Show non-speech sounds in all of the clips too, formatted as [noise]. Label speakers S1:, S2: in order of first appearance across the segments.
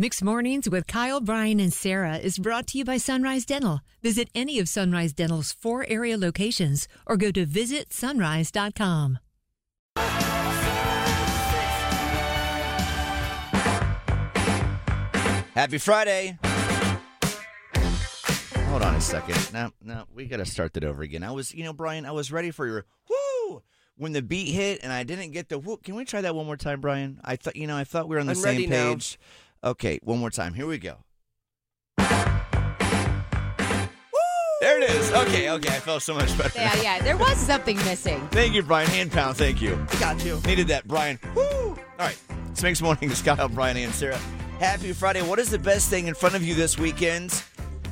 S1: Mixed Mornings with Kyle, Brian, and Sarah is brought to you by Sunrise Dental. Visit any of Sunrise Dental's four area locations or go to visitsunrise.com.
S2: Happy Friday. Hold on a second. Now, now we got to start that over again. I was, you know, Brian, I was ready for your woo when the beat hit, and I didn't get the woo. Can we try that one more time, Brian? I thought, you know, I thought we were on the
S3: I'm
S2: same
S3: ready now.
S2: page. Okay, one more time. Here we go. There it is. Okay, okay. I felt so much better.
S4: Yeah,
S2: [laughs]
S4: yeah. There was something missing.
S2: Thank you, Brian. Hand pound. Thank you. Got you. Needed that, Brian. Woo! All right. It's next morning. It's Kyle, Brian, and Sarah. Happy Friday. What is the best thing in front of you this weekend?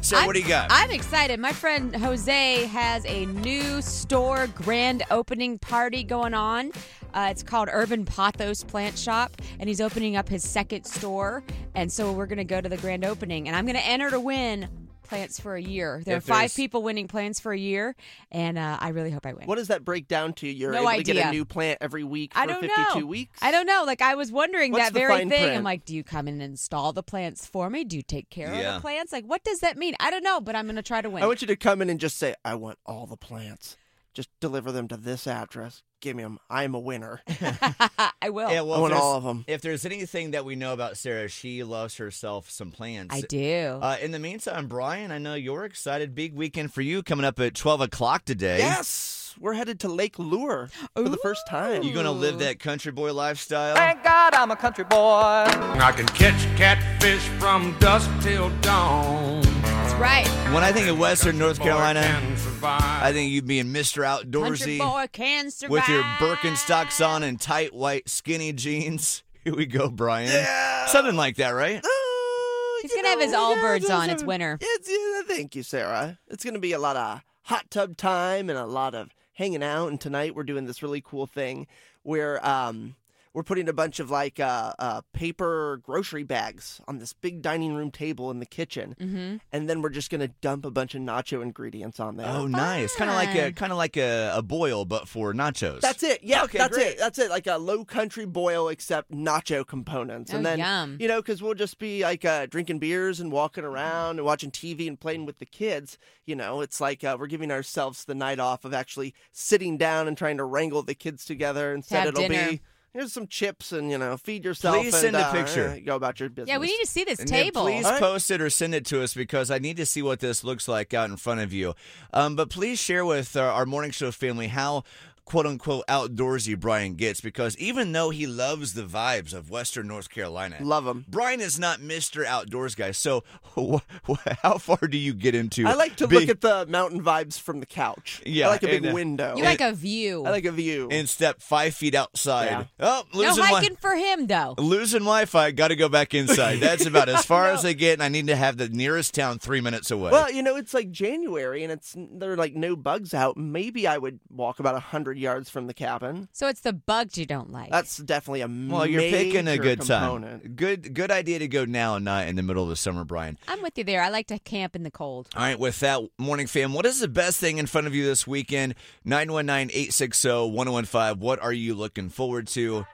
S2: Sarah,
S4: I'm-
S2: what do you got?
S4: I'm excited. My friend Jose has a new store grand opening party going on. Uh, it's called Urban Pathos Plant Shop, and he's opening up his second store. And so we're going to go to the grand opening, and I'm going to enter to win plants for a year. There
S2: If
S4: are five
S2: there's-
S4: people winning plants for a year, and uh, I really hope I win.
S3: What does that break down to? You're
S4: No
S3: able to get a
S4: idea.
S3: new plant every week for
S4: I don't
S3: 52
S4: know.
S3: weeks.
S4: I don't know. Like I was wondering
S3: What's
S4: that
S3: the
S4: very
S3: fine
S4: thing.
S3: print?
S4: I'm like, do you come and install the plants for me? Do you take care of
S2: Yeah.
S4: the plants? Like, what does that mean? I don't know, but I'm gonna try to win.
S3: I want you to come in and just say, "I want all the plants. Just deliver them to this address. Give me them. I am a winner.
S4: I will.
S2: yeah,
S3: I
S2: well, if
S3: want
S2: there's,
S3: all of them."
S2: if there's anything that we know about Sarah, she loves herself some plants.
S4: I do.
S2: Uh, in the meantime, Brian, I know you're excited. Big weekend for you coming up at 12 o'clock today.
S3: Yes, we're headed to Lake Lure for the first time.
S2: You're going to live that country boy lifestyle.
S5: Thank God I'm a country boy.
S6: I can catch catfish from dusk till dawn.
S4: That's right.
S2: When I think of Western North
S6: Country boy
S2: Carolina,
S6: can survive.
S2: I think you being Mr.
S4: Country
S2: Outdoorsy.
S4: boy can survive.
S2: with your Birkenstocks on and tight white skinny jeans. [laughs] Here we go, Brian.
S3: Yeah.
S2: Something like that, right?
S3: Oh,
S4: He's
S3: you
S4: gonna have his
S3: know,
S4: Allbirds
S3: it's-
S4: on. It's winter.
S3: It's, yeah, thank you, Sarah. It's going to be a lot of hot tub time and a lot of hanging out. And tonight we're doing this really cool thing where um, we're putting a bunch of like uh, uh, paper grocery bags on this big dining room table in the kitchen,
S4: Mhm.
S3: and then we're just going to dump a bunch of nacho ingredients on there.
S2: Oh, nice. Kind of like a kind of like a, a boil, but for nachos.
S3: That's it. Yeah,
S2: Okay,
S3: that's
S2: great.
S3: it. That's it. Like a low country boil, except nacho components. And
S4: Oh,
S3: then,
S4: yum.
S3: you know, because we'll just be like uh, drinking beers and walking around and watching TV and playing with the kids. You know, it's like uh, we're giving ourselves the night off of actually sitting down and trying to wrangle the kids together. Instead,
S4: have
S3: it'll
S4: dinner.
S3: be here's some chips and, you know, feed yourself.
S2: Please
S3: and,
S2: send a
S3: uh,
S2: picture.
S3: Go about your business.
S4: Yeah, we need to see this
S2: And then
S4: table.
S2: Please
S3: All right.
S2: post it or send it to us because I need to see what this looks like out in front of you. Um, but please share with uh, our, our morning show family how quote unquote outdoorsy Brian gets because even though he loves the vibes of Western North Carolina,
S3: Love them.
S2: Brian is not Mr. Outdoors guy. So, [laughs] wh- wh- how far do you get into?
S3: I like to
S2: being-
S3: look at the mountain vibes from the couch.
S2: Yeah,
S3: I like a big
S2: and, uh,
S3: window.
S4: you like a view.
S3: I like a view.
S2: and step five feet outside.
S3: Yeah.
S2: Oh,
S4: no
S2: losing
S4: hiking for him though.
S2: Wi- losing Wi-Fi. Got to go back inside. That's about as far as I get, and I need to have the nearest town three minutes away.
S3: Well, you know, it's like January and it's there are like no bugs out. Maybe I would walk about hundred yards from the cabin.
S4: So it's the bugs you don't like.
S3: That's definitely a
S2: Well, you're picking a
S3: major
S2: good
S3: component.
S2: time. Good, good idea to go now and not in the middle of the summer, Brian.
S4: I'm with you there. I like to camp in the cold.
S2: All right, with that, morning fam, what is the best thing in front of you this weekend? 919 860 1015. What are you looking forward to?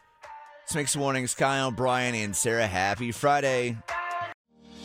S2: This makes mornings, Kyle, Brian, and Sarah. Happy Friday.